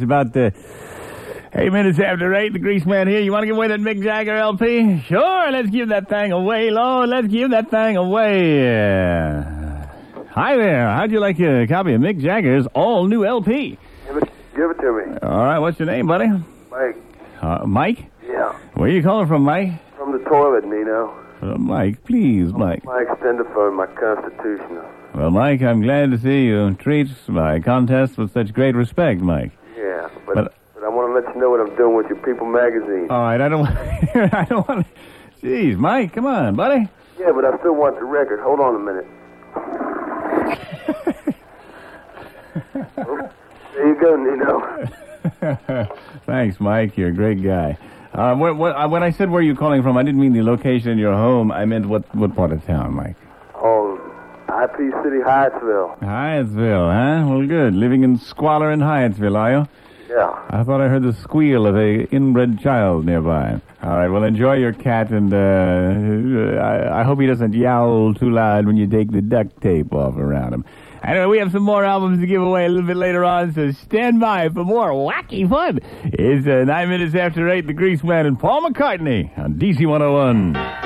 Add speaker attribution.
Speaker 1: about uh, eight minutes after eight. The grease man here. You want to give away that Mick Jagger LP? Sure, let's give that thing away, Lord. Let's give that thing away. Uh, hi there. How'd you like a copy of Mick Jagger's all new LP?
Speaker 2: Give it, give it to me.
Speaker 1: All right, what's your name, buddy?
Speaker 2: Mike,
Speaker 1: Uh, Mike?
Speaker 2: yeah.
Speaker 1: Where you calling from, Mike?
Speaker 2: From the toilet, Nino.
Speaker 1: Uh, Mike, please, Mike.
Speaker 2: My extender for my constitutional.
Speaker 1: Well, Mike, I'm glad to see you treat my contest with such great respect, Mike.
Speaker 2: Yeah, but,
Speaker 1: But- Uh.
Speaker 2: but, I want to let you know what I'm doing with your People magazine.
Speaker 1: All right, I don't want. I don't want. Jeez, Mike, come on, buddy.
Speaker 2: yeah, but I still want the record. Hold on a minute. Oh, there you go, Nino.
Speaker 1: Thanks, Mike. You're a great guy. Uh, what, what, uh, when I said where you calling from, I didn't mean the location in your home. I meant what what part of town, Mike?
Speaker 2: Oh, IP City, Hyattsville.
Speaker 1: Hyattsville, huh? Well, good. Living in squalor in Hyattsville, are you?
Speaker 2: Yeah.
Speaker 1: I thought I heard the squeal of a inbred child nearby. All right, well, enjoy your cat, and uh, I, I hope he doesn't yowl too loud when you take the duct tape off around him. Anyway, we have some more albums to give away a little bit later on, so stand by for more wacky fun. It's uh, nine minutes after eight, The Grease Man and Paul McCartney on DC 101.